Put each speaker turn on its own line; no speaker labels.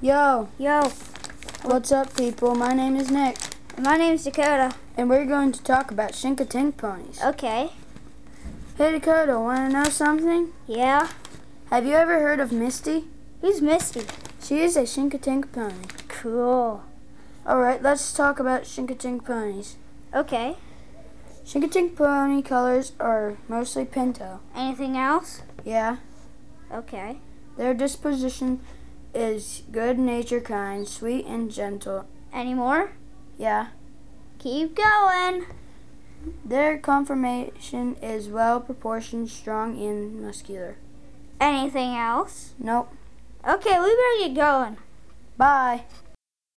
Yo,
Yo,
what's up, people? My name is Nick,
my name's Dakota.
and we're going to talk about Shinkatink ponies.
Okay.
Hey, Dakota, want to know something?
Yeah.
Have you ever heard of Misty?
Who's Misty?
She is a Shinkatink pony.
Cool.
All right, let's talk about Shinkatink ponies.
Okay.
Shinkatink pony colors are mostly pinto.
Anything else?
Yeah,
Okay.
their disposition is good nature, kind, sweet, and gentle.
Any more?
Yeah,
Keep going.
their conformation is well proportioned, strong, and muscular.
Anything else?
Nope.
Okay, we better get going.
Bye.